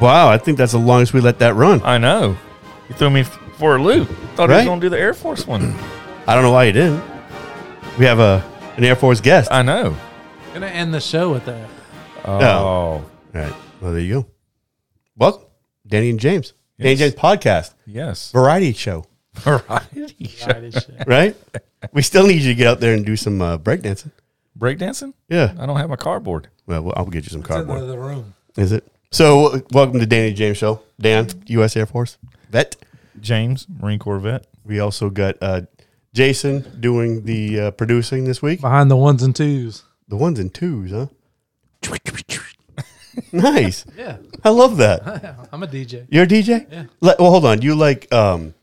Wow, I think that's the longest we let that run. I know. You threw me f- for a loop. Thought he was Right? going to do the Air Force one. I don't know why you didn't. We have a an Air Force guest. I know. Gonna end the show with that. Oh. All right. Well, there you go. Welcome, Danny and James. Danny and Yes. James podcast, Yes. variety show, Variety show. Right, it's- right? we still need you to get out there and do some uh, breakdancing. Breakdancing? Yeah. I don't have my cardboard. Well, well, I'll get you some it's into cardboard. the room. Is it? So, uh, welcome to Danny and James show. Dan, U.S. Air Force vet. James, Marine Corvette. We also got uh, Jason doing the uh, producing this week. Behind the ones and twos. The ones and twos, huh? nice. Yeah. I love that. I'm a DJ. You're a DJ? Yeah. well, hold on. You like um,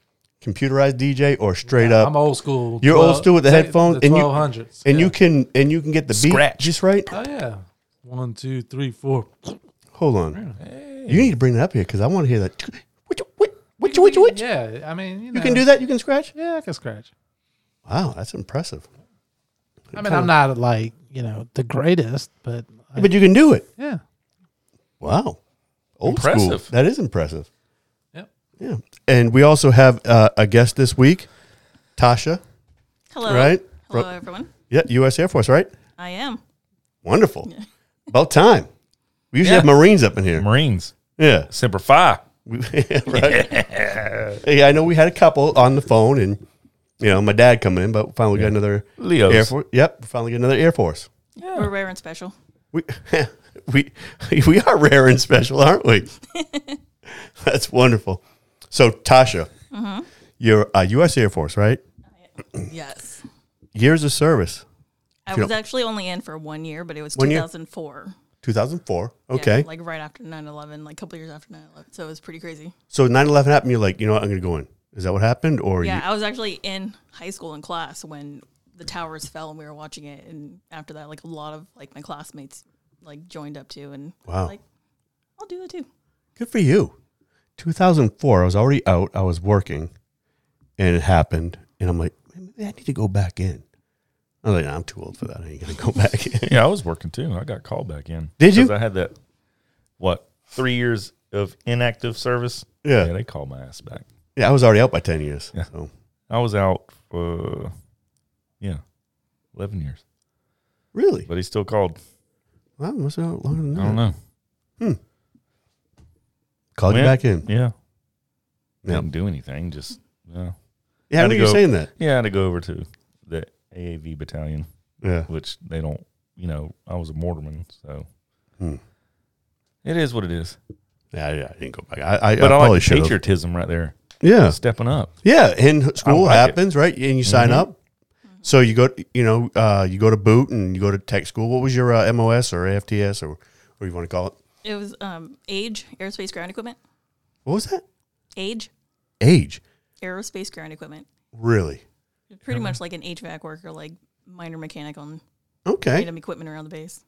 computerized DJ or straight up? I'm old school. You're old school with the they- headphones, The and you- 1200s. and yeah. you can and you can get the beat Scratch. just right. Oh, yeah. One, two, three, four. Hold on. You need to bring that up here because I want to hear that. Which which which which which? Yeah. I mean, you, You can do that. You can scratch. Yeah, I can scratch. Wow, that's impressive. I mean, I'm not like, you know, the greatest, but I- But you can do it. yeah. Wow, old Impressive. school. That is impressive. Yep. Yeah. And we also have uh, a guest this week, Tasha. Hello. Right? Hello, Ro- everyone. Yeah, U.S. Air Force, right? I am. Wonderful. About time. We usually Yeah. have Marines up in here. Marines. Yeah. Semper Fi. right. Yeah, I know we had a couple on the phone, and you know my dad coming in, but finally got another Leos. Air Force. Yep, we finally got another Air Force. We're rare and special. We we we are rare and special, aren't we? That's wonderful. So Tasha, Mm-hmm. you're a U.S. Air Force, right? Yes. Years of service, I You was know- actually only in for one year, but it was One year? 2004. 2004. Yeah, Okay, like right after 9 11, like a couple years after 9 11. So it was pretty crazy. so 9/11 happened. You're like, you know what? I'm going to go in. Is that what happened? Or Yeah, you, I was actually in high school in class when the towers fell and we were watching it. And after that, like a lot of like my classmates like joined up too. And Wow. like, I'll do that too. Good for you. 2004, I was already out. I was working and it happened. And I'm like, "Man, maybe I need to go back in. I was like, nah, I'm too old for that. I ain't going to go back in. Yeah, I was working too. I got called back in. Did you? 'Cause I had that, what, three years of inactive service? Yeah. they called my ass back. yeah, I was already out by 10 years. Yeah. So, I was out, uh, yeah, 11 years. really? But he still called. Well, I was out longer than I that. don't know. Called you Went, back in. Yeah. Yeah. Didn't do anything. Just, Yeah, I yeah. Had to remember you go. saying that. Yeah, I had to go over to the AAV battalion, Yeah. which they don't, you know, I was a mortarman, so Hmm. it is what it is. Yeah, yeah, I didn't go back. I, I, But I, I, probably like the should have. patriotism right there, Yeah. stepping up. Yeah. In school like it. Mm-hmm. happens, right? And you sign up. So you go, you know, uh, you go to boot and you go to tech school. What was your uh, MOS or AFTS or what you want to call it? It was um, AGE, Aerospace Ground Equipment. What was that? AGE, Age. Aerospace Ground Equipment. Really? Pretty much like an HVAC worker, like minor mechanic on Okay. random equipment around the base.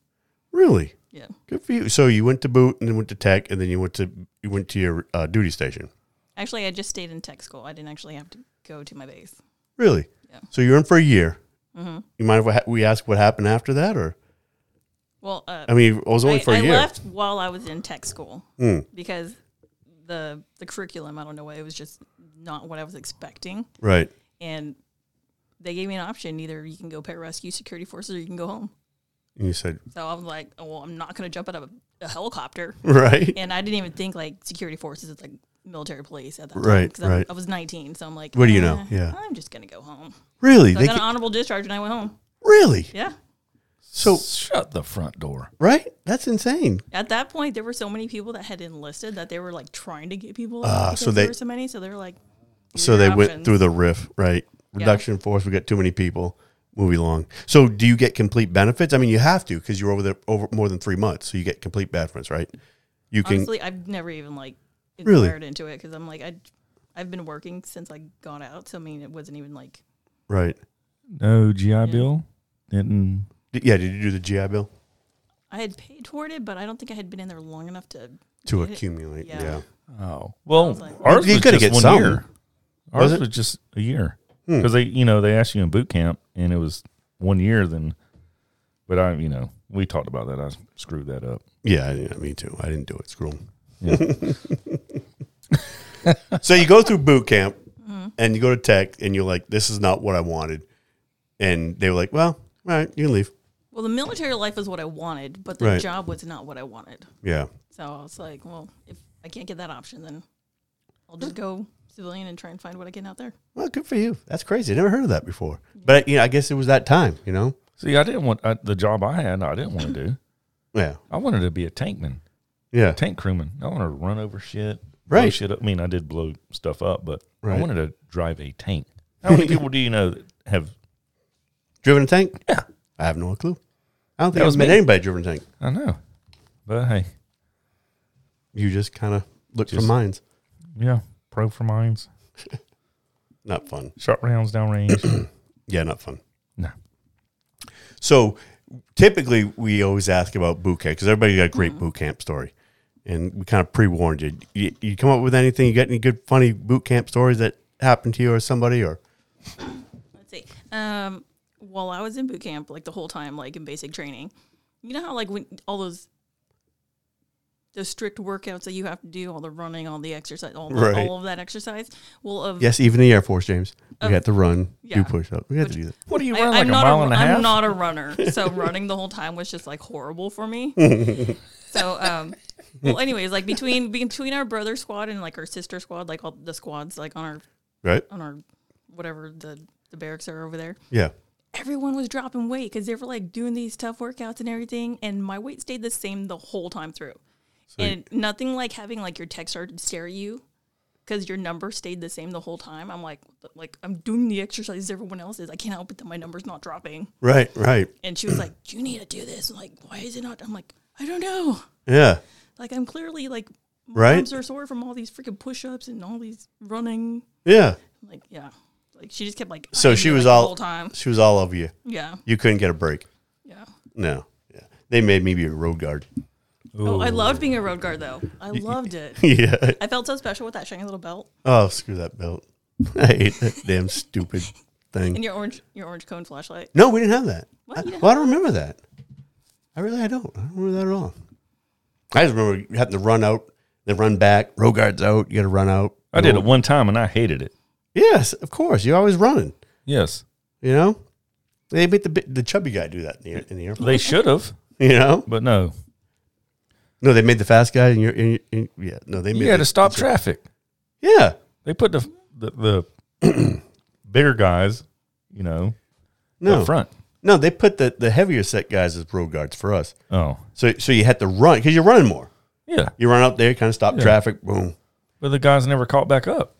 Really? Yeah. Good for you. So you went to boot and then went to tech and then you went to you went to your uh, duty station. Actually, I just stayed in tech school. I didn't actually have to go to my base. Mm-hmm. Really? Yeah. So you're in for a year. You mind if we ha- we ask what happened after that, or Well, uh, I mean, it was only I, for a I year. left while I was in tech school Hmm. because the the curriculum, I don't know what it was just not what I was expecting. Right. And they gave me an option either you can go pararescue security forces or you can go home. And you said So I was like, oh, well, I'm not going to jump out of a, a helicopter. right. And I didn't even think like security forces is like military police at that time. Right, 'cause I'm- right. I was 19. So I'm like, What do you know? "Eh, Yeah. I'm just going to go home. Really? So I they got an ca- honorable discharge and I went home. really? Yeah. So shut the front door. right? That's insane. At that point, there were so many people that had enlisted that they were like trying to get people. Ah, out because so they- there were so many, so they were like. "These So are they your went options." through the riff, right? Reduction in force. We got too many people. Movie long. So do you get complete benefits? I mean, you have to because you're over there over more than three months, so you get complete benefits, right? You can. Honestly, I've never even like Really? inquired into it because I'm like I, I've been working since I got out, so I mean it wasn't even like Right. No GI Bill didn't. D- Yeah. Did you do the GI Bill I had paid toward it, but I don't think I had been in there long enough to. to Did it? accumulate? Yeah. Yeah. Oh well, Sounds like- ours You was gotta get just one some. year. Was Ours it? Hmm. was just a year because they, you know, they asked you in boot camp, and it was one year. Then, but I, you know, we talked about that. I screwed that up. Yeah. I didn't, me too. I didn't do it. Screw 'em. so you go through boot camp Mm-hmm. and you go to tech and you're like, this is not what I wanted. And they were like, well, all right, you can leave. Well, the military life is what I wanted, but the Right. job was not what I wanted. Yeah. So I was like, well, if I can't get that option, then I'll just go civilian and try and find what I can out there. Well, good for you. That's crazy. I never heard of that before. But you know, I guess it was that time, you know? See, I didn't want I, the job I had. I didn't want to do. Yeah. I wanted to be a tankman, Yeah. tank crewman. I wanted to run over shit, blow Right. shit up. I mean, I did blow stuff up, but Right. I wanted to drive a tank. How many people do you know that have? Driven a tank? Yeah. I have no clue. I don't think That I've was met me. anybody driven a tank. I know, but hey, You just kind of look for Just- mines. yeah, pro for mines, Not fun. shot rounds downrange. Yeah, not fun. no, So typically, we always ask about boot camp because everybody got a great boot camp story, and we kind of pre warned you. you. You come up with anything? You got any good funny boot camp stories that happened to you or somebody or Let's see. Um, while I was in boot camp, like the whole time, like in basic training, you know how like when all those those strict workouts that you have to do, all the running, all the exercise, all, the, Right. all of that exercise. Well, of yes, even the Air Force, James. We had to run, Mm-hmm. yeah. do push up. We had to do that. what do you I, run like am a not mile a, and a I'm half? not a runner, so running the whole time was just like horrible for me. so, um, well, anyways, like between between our brother squad and like our sister squad, like all the squads, like on our Right? on our whatever the the barracks are over there. Yeah. everyone was dropping weight because they were like doing these tough workouts and everything, and my weight stayed the same the whole time through. And nothing like having like your tech sergeant stare at you because your number stayed the same the whole time. I'm like, what the- like I'm doing the exercises everyone else is. I can't help it that my number's not dropping. Right. Right. And she was like, "You need to do this." I'm like, why is it not? I'm like, I don't know. Yeah. Like I'm clearly like my Right. arms are sore from all these freaking push-ups and all these running. Yeah. I'm like yeah, like she just kept like So eyeing she me, was like, all the whole time. She was all over you. Yeah, You couldn't get a break. yeah. No. Yeah. They made me be a road guard. Oh, I loved being a road guard though. I loved it. yeah. I felt so special with that shiny little belt Oh, screw that belt. I hate that damn stupid thing. and your orange your orange cone flashlight. No, we didn't have that. What? I, You didn't well, I don't remember that. I really, I don't. I don't remember that at all. I just remember having to run out, then run back. Road guard's out. You got to run out. I did it one time and I hated it. Yes, of course. You're always running. Yes, You know, they made the bi- the chubby guy do that in the air- in the airplane. they should have, You know, but no. no, they made the fast guy. And you're, in, in, yeah, no, they made You the- had to stop traffic. Yeah, They put the the, the bigger guys, you know, no, up front. no, they put the the heavier set guys as road guards for us. Oh, So so you had to run because you're running more. yeah. You run out there, kind of stop Yeah. traffic. Boom. But the guys never caught back up.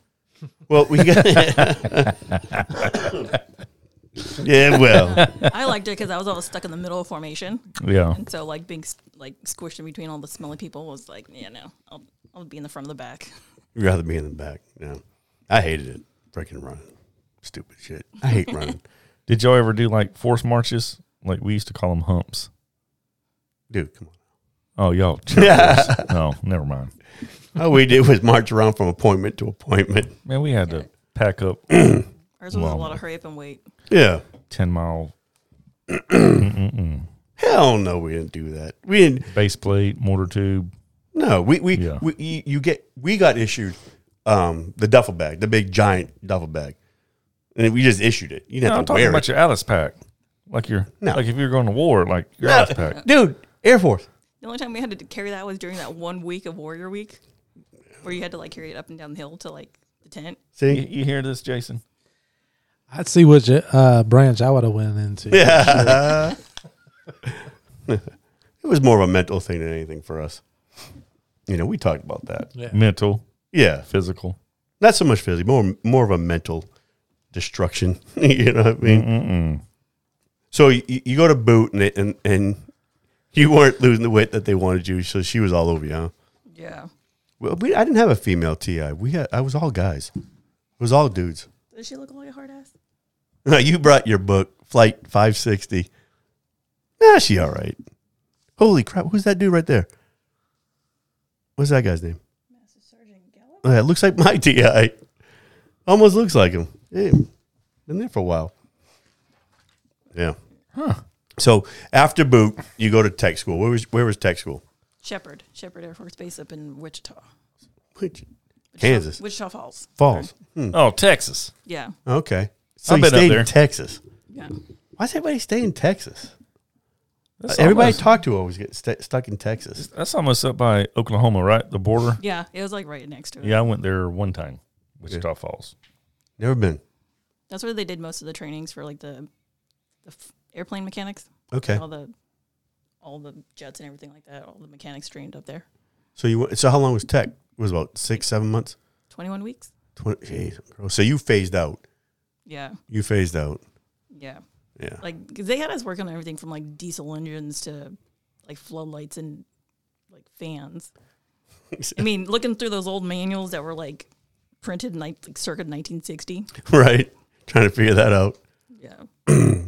Well, we got. yeah, well, I liked it because I was always stuck in the middle of formation, Yeah. and so like being s- like squished in between all the smelly people was like, yeah, no, I'll I'll be in the front of the back. you'd rather be in the back. Yeah, I hated it. Freaking running, stupid shit. I hate running, Did y'all ever do like force marches? Like we used to call them humps. dude. Come on. Oh, y'all. Yeah. No, never mind. All we did was march around from appointment to appointment. Man, we had to pack up Ours was Wow. a lot of hurry up and wait. Yeah, ten mile hell no, we didn't do that. We didn't. base plate, mortar tube. No, we we, Yeah. we you, you get we got issued um the duffel bag, the big giant duffel bag, and we just issued it. You didn't No, have I'm to talking wear about it, your Alice pack. Like your No. like if you're going to war, like your No. Alice pack. dude. Air Force. The only time we had to carry that was during that one week of Warrior Week, where you had to like carry it up and down the hill to like the tent. See, You, you hear this, Jason? I'd see which uh, branch I would have went into. Yeah. it was more of a mental thing than anything for us. You know, we talked about that. Mental, Yeah. physical. Not so much physically, more more of a mental destruction. you know what I Mm-hmm. mean? Mm-mm. So you, you go to boot and, it- and and you weren't losing the weight that they wanted you, so she was all over you. Huh? Yeah, Well, we, I didn't have a female TI. We had I was all guys. It was all dudes. does she look like a hard ass? you brought your book, Flight 560. Nah, she all right. Holy crap. Who's that dude right there? What's that guy's name? Master Sergeant Gallup? Yeah, it looks like my TI. Almost looks like him. Yeah, been there for a while. Yeah. Huh. So after boot, you go to tech school. Where was where was tech school? Shepherd, Shepherd Air Force Base up in Wichita. Which Wichita- Kansas. Wichita Falls. falls. Oh, Texas. Yeah. Okay. Mm. So I've you been up stayed there. in Texas. Yeah. Why does everybody stay in Texas? That's Uh, Everybody I almost- talk to always gets st- stuck in Texas. that's almost up by Oklahoma, right? The border. Yeah. It was like right next to it. Yeah, I went there one time, Wichita Falls. Never been. That's where they did most of the trainings for like the the f- airplane mechanics, Okay. all the all the jets and everything like that. All the mechanics trained up there. So you went- so how long was tech? It was about six seven months. Twenty one weeks. Twenty. Jeez, bro. So you phased out. Yeah. You phased out. Yeah. Yeah. Like 'cause they had us working on everything from like diesel engines to like floodlights and like fans. I mean, looking through those old manuals that were like printed in like, like circa 1960. right. Trying to figure that out. Yeah.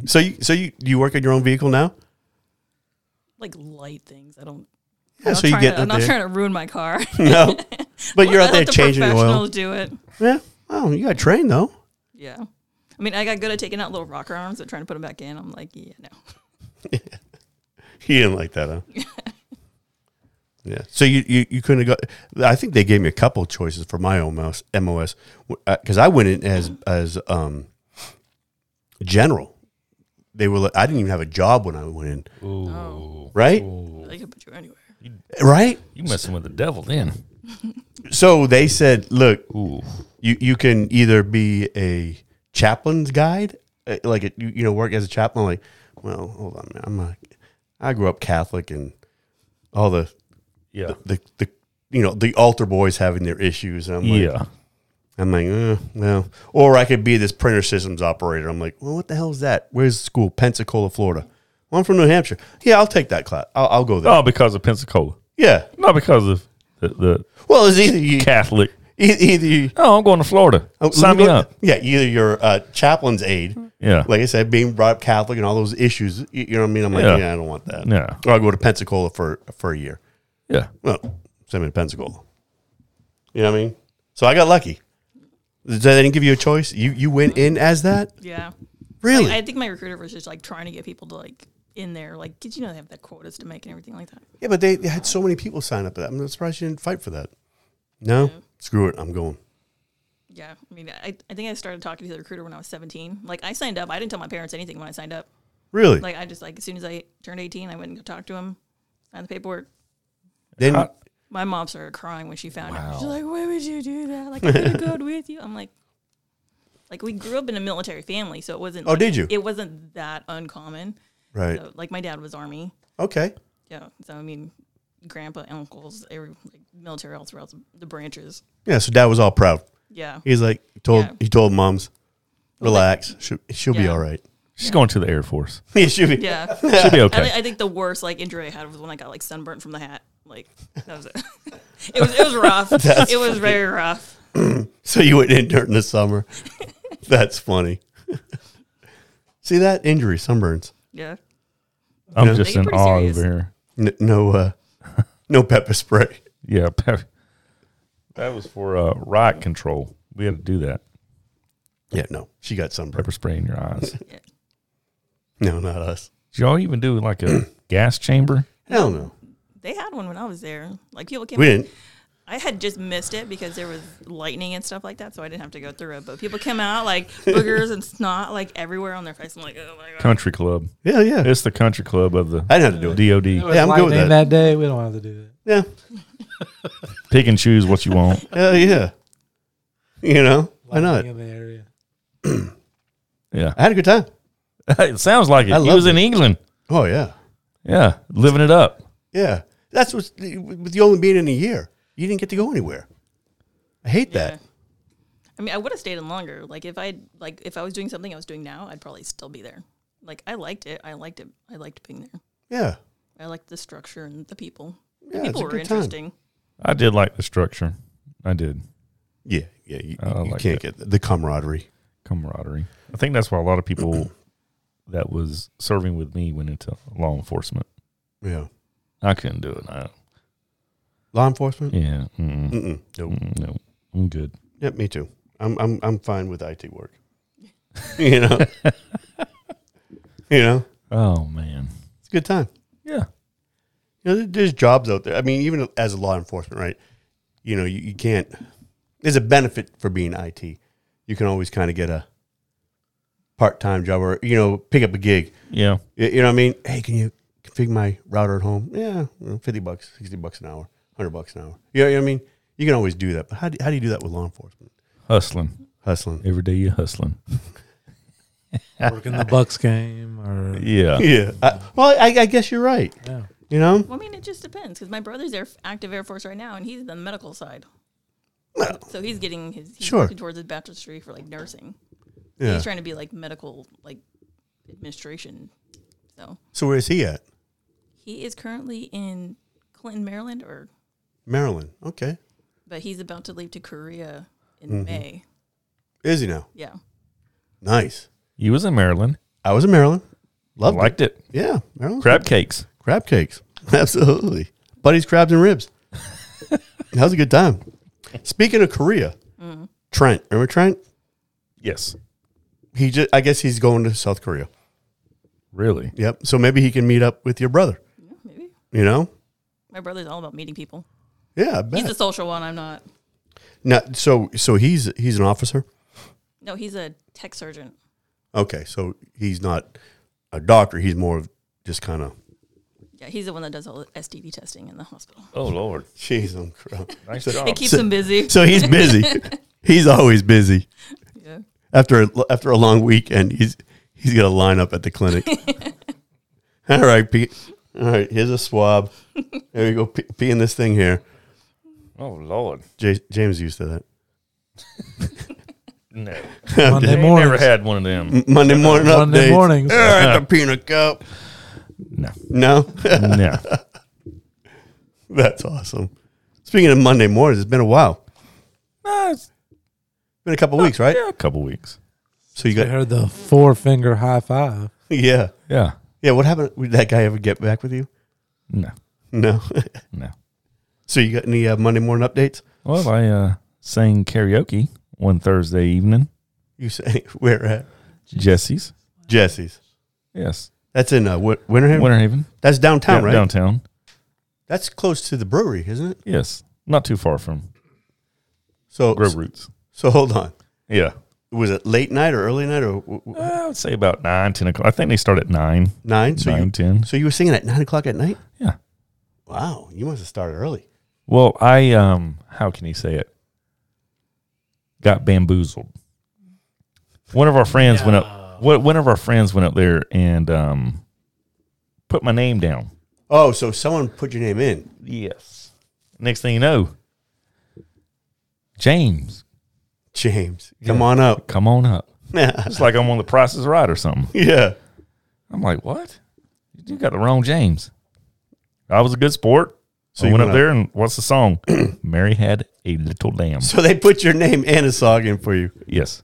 So you so you you work on your own vehicle now? Like light things. I don't. Yeah. I'm So not you trying to- get I'm out not there. trying to ruin my car. No. But you're Let out there the changing the professionals oil. Do it. Yeah. Oh, you got trained though. Yeah. Oh. I mean, I got good at taking out little rocker arms and trying to put them back in. I'm like, yeah, no. He didn't like that, huh? yeah. So you, you you couldn't have got. I think they gave me a couple choices for my own mouse MOS because uh, I went in as as um general. They were. like- I didn't even have a job when I went in. Ooh. Right. They can put you anywhere. Right. You messing with the devil then. So they said, look, Ooh. you you can either be a chaplain's guide, uh, like a, you you know work as a chaplain. Like, well, hold on, man. I'm a, I grew up Catholic and all the Yeah. the the you know the altar boys having their issues. I'm like, yeah. I'm like, uh, well, or I could be this printer systems operator. I'm like, well, what the hell is that? Where's the school? Pensacola, Florida. Well, I'm from New Hampshire. Yeah, I'll take that class. I'll, I'll go there. Not because of Pensacola. Yeah. Not because of the, the Well, it's either you, Catholic. e- either you, Oh, I'm going to Florida. oh, Sign me up. Mm-hmm. Yeah, either your uh, chaplain's aide, Yeah. like I said, being brought up Catholic and all those issues. y- You know what I mean? I'm like, Yeah. yeah, I don't want that. Yeah. Or I'll go to Pensacola for for a year. Yeah. Well, same in Pensacola. You know what I mean? So I got lucky. They didn't give you a choice. You you went in as that? Yeah. Really? I think my recruiter was just like trying to get people to like in there. Like, did you know they have the quotas to make and everything like that? yeah, but they, they had so many people sign up for that. I'm surprised you didn't fight for that. No? Screw it. I'm going. Yeah. I mean, I, I think I started talking to the recruiter when I was 17. Like, I signed up. I didn't tell my parents anything when I signed up. Really? Like, I just, like, as soon as I turned 18, I went and talked to him, signed the paperwork. then uh, I- My mom started crying when she found out. She's Wow. like, "Why would you do that? Like, I could have gone with you." I'm like, like we grew up in a military family, so it wasn't. Oh, like- did you? It wasn't that uncommon. right. So, like my dad was army. Okay. Yeah, so I mean, grandpa, uncles, every like, military all throughout the branches. Yeah, so dad was all proud. Yeah, He's like he told Yeah. he told moms, relax. She'll, she'll be Yeah. all right. She's going to the Air Force. Yeah, she'll be yeah. She'll be I, thi- okay. I think the worst like injury I had was when I got like sunburnt from the hat. Like that was it. it was it was rough. it was very rough. So you went in during the summer. That's funny. See that? Injury, sunburns. Yeah. I'm Yeah. just They in pretty awe serious. over here. N- no uh no pepper spray. Yeah. That that was for uh, riot control. We had to do that. Yeah, no. She got sunburned. Pepper spray in your eyes. Did yeah. No, not us. y'all even do like a gas chamber? Hell no. They had one when I was there. Like people came. We didn't. I had just missed it because there was lightning and stuff like that, so I didn't have to go through it. But people came out like boogers and snot like everywhere on their face. I'm like, oh my god. Country club. Yeah, yeah. It's the country club of the I didn't have to do it. It DOD. was Yeah, I'm good with that. lightning that day. We don't have to do that. Yeah. Pick and choose what you want. Hell yeah. You know, why not? Lightning In the area. Yeah. I had a good time. it sounds like it. I He loved was in it. England. Oh, yeah. Yeah. Living it up. Yeah. That's what's with you only being in a year. You didn't get to go anywhere. I hate Yeah. that. I mean, I would have stayed in longer. Like if I like if I was doing something I was doing now, I'd probably still be there. Like I liked it. I liked it. I liked being there. Yeah. I liked the structure and the people. The Yeah, it's people a were good time. interesting. I did like the structure. I did. Yeah. Yeah. You, I you like can't get that. the, the camaraderie. camaraderie. I think that's why a lot of people that was serving with me went into law enforcement. Yeah. I couldn't do it. I, Law enforcement? yeah, mm, Mm-mm. Nope. mm, no, I'm good. Yep, me too. I'm I'm I'm fine with IT work. You know. you know, Oh man, it's a good time. yeah, You know, there- there's jobs out there. I mean, even as a law enforcement, right? You know, you, you can't. There's a benefit for being IT. You can always kind of get a part-time job, or you know, pick up a gig. Yeah. You, you know what I mean? Hey, can you configure my router at home? Yeah, well, fifty bucks, sixty bucks an hour, hundred bucks an hour. You know, what I mean? You can always do that. But how do, how do you do that with law enforcement? Hustling. Hustling. Every day you're hustling. Working the Bucks game or Yeah. Yeah. I, well, I, I guess you're right. yeah. You know, Well, I mean, it just depends because my brother's air, active Air Force right now, and he's the medical side. so he's getting his he's Sure. working towards his bachelor's degree for like nursing. yeah. He's trying to be like medical like administration. So So where is he at? he is currently in Clinton, Maryland, or Maryland. Okay. but he's about to leave to Korea in Mm-hmm. May. Is he now? Yeah, Nice. You was in Maryland. I was in Maryland. I Loved it. liked it. Yeah, Maryland Crab cakes. crab cakes. Absolutely, buddies, crabs and ribs. that was a good time. Speaking of Korea, Mm-hmm. Trent, remember Trent? Yes. He just, I guess he's going to South Korea. Really? Yep. So maybe he can meet up with your brother. Yeah, maybe. You know? My brother's all about meeting people. Yeah, I He's bet. a social one. I'm not. now, so so he's he's an officer. No, he's a tech surgeon. Okay, so he's not a doctor. He's more of just kind of. Yeah, he's the one that does all the STD testing in the hospital. Oh Lord. Jeez, I'm. cr- Nice It job. keeps Oh, So- him busy. So he's busy. he's always busy. yeah. after a, after a long weekend, he's he's gonna line up at the clinic. All right, Pete. All right, here's a swab. There you go. Pee, pee in this thing here. Oh Lord. J- James used to that. No. Monday I never morning. had one of them. M- Monday morning Monday updates. mornings. All right, the peanut cup. No. No, No. that's awesome. Speaking of Monday mornings, it's been a while. Been a couple weeks, right? Yeah, a couple weeks. So you I got heard the four finger high five. yeah, Yeah. yeah. What happened? Did that guy ever get back with you? No. No. No. so you got any uh, Monday morning updates? Well, I uh, sang karaoke one Thursday evening. You say where at Jesse's. Jesse's? Yes. That's in uh, Wi- Winterhaven. Winter Haven. that's downtown, Yeah, right? Downtown. That's close to the brewery, isn't it? Yes. Not too far from So, Grove Roots. so hold on. Yeah. Was it late night or early night or w- w- I would say about nine, ten o'clock. I think they start at nine. nine? So nine, you, ten. so you were singing at nine o'clock at night? Yeah. Wow, you must have started early. Well, I um how can you say it? Got bamboozled. One of our friends went up one one of our friends went up there and um put my name down. Oh, so someone put your name in? Yes. Next thing you know, James, James, come on up. come on up. yeah, It's like I'm on the Price is Right or something. yeah. I'm like, what? You got the wrong James. I was a good sport. So So I Oh, you went up went there and what's the song? Mary had a little lamb. So they put your name and a song in for you. Yes.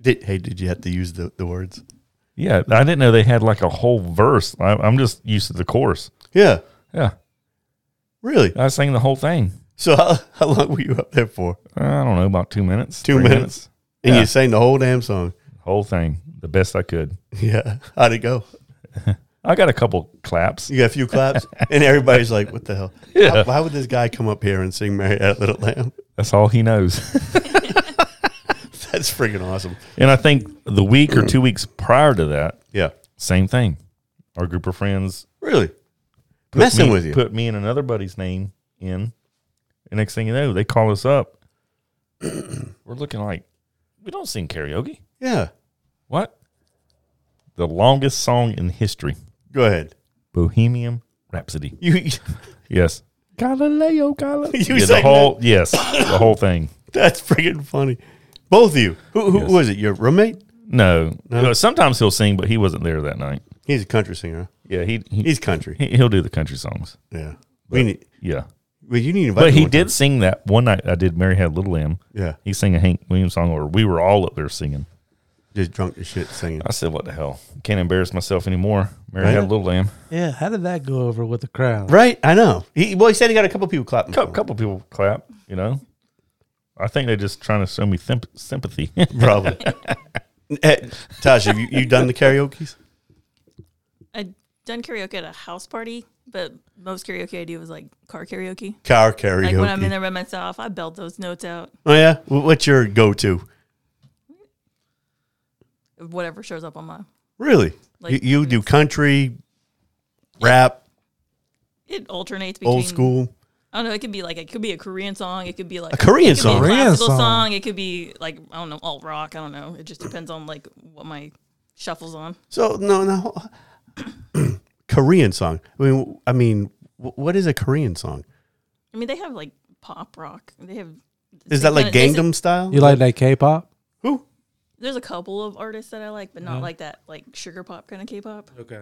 Did, hey, did you have to use the, the words? Yeah, I didn't know they had like a whole verse. I, I'm just used to the chorus. Yeah, Yeah, really. I sang the whole thing. So how, how long were you up there for? I don't know, about two minutes. Two three minutes. And Yeah. you sang the whole damn song. Whole thing, the best I could. Yeah, how'd it go? I got a couple claps. You got a few claps, and everybody's like, "What the hell? Yeah. Why, why would this guy come up here and sing Mary Had a Little Lamb?" That's all he knows. That's freaking awesome. and I think the week or two weeks prior to that, Yeah, same thing. Our group of friends really put messing me- with you. put me and another buddy's name in. The next thing you know, they call us up. We're looking like we don't sing karaoke. yeah, What? The longest song in history. go ahead. Bohemian Rhapsody. You you Yes. Galileo Galileo. yeah, the sang whole yes, the whole thing. that? That's freaking funny. Both of you. Who, who Yes. was it? Your roommate? No, no. Sometimes he'll sing, but he wasn't there that night. He's a country singer. Yeah, he, he, He's country. he he'll do the country songs. Yeah. We need. Yeah, Well, you need to invite. but him he one did sing that one night. I did. Mary had a little lamb. time. Yeah. He sang a Hank Williams song, or we were all up there singing. Just drunk as shit singing. I said, "What the hell? Can't embarrass myself anymore." Mary Right. had a little lamb. Yeah, how did that go over with the crowd? Right. I know. He well, he said he got a couple people clapping. A for him. couple people clap. You know, I think they're just trying to show me thimp- sympathy. Probably. Eh, Tasha, have you, you done the karaoke's? I done karaoke at a house party, but most karaoke I do is like car karaoke. Car karaoke. Like when I'm in there by myself, I belt those notes out. oh yeah. Wh- What's your go-to? Whatever shows up on my. Really? Like- you, you do country, rap, It alternates between old school. I don't know. It could be like it could be a Korean song. It could be like A Korean it could be song. Korean classical song. song. It could be like I don't know alt rock. I don't know. It just depends on like what my shuffles on. So no, no. Korean song. I mean, I mean, wh- what is a Korean song? I mean, they have like pop rock. They have. Is they that like kinda- Gangnam style? You like that K-pop? Who? There's a couple of artists that I like, but not like that like sugar pop kind of K-pop. Okay.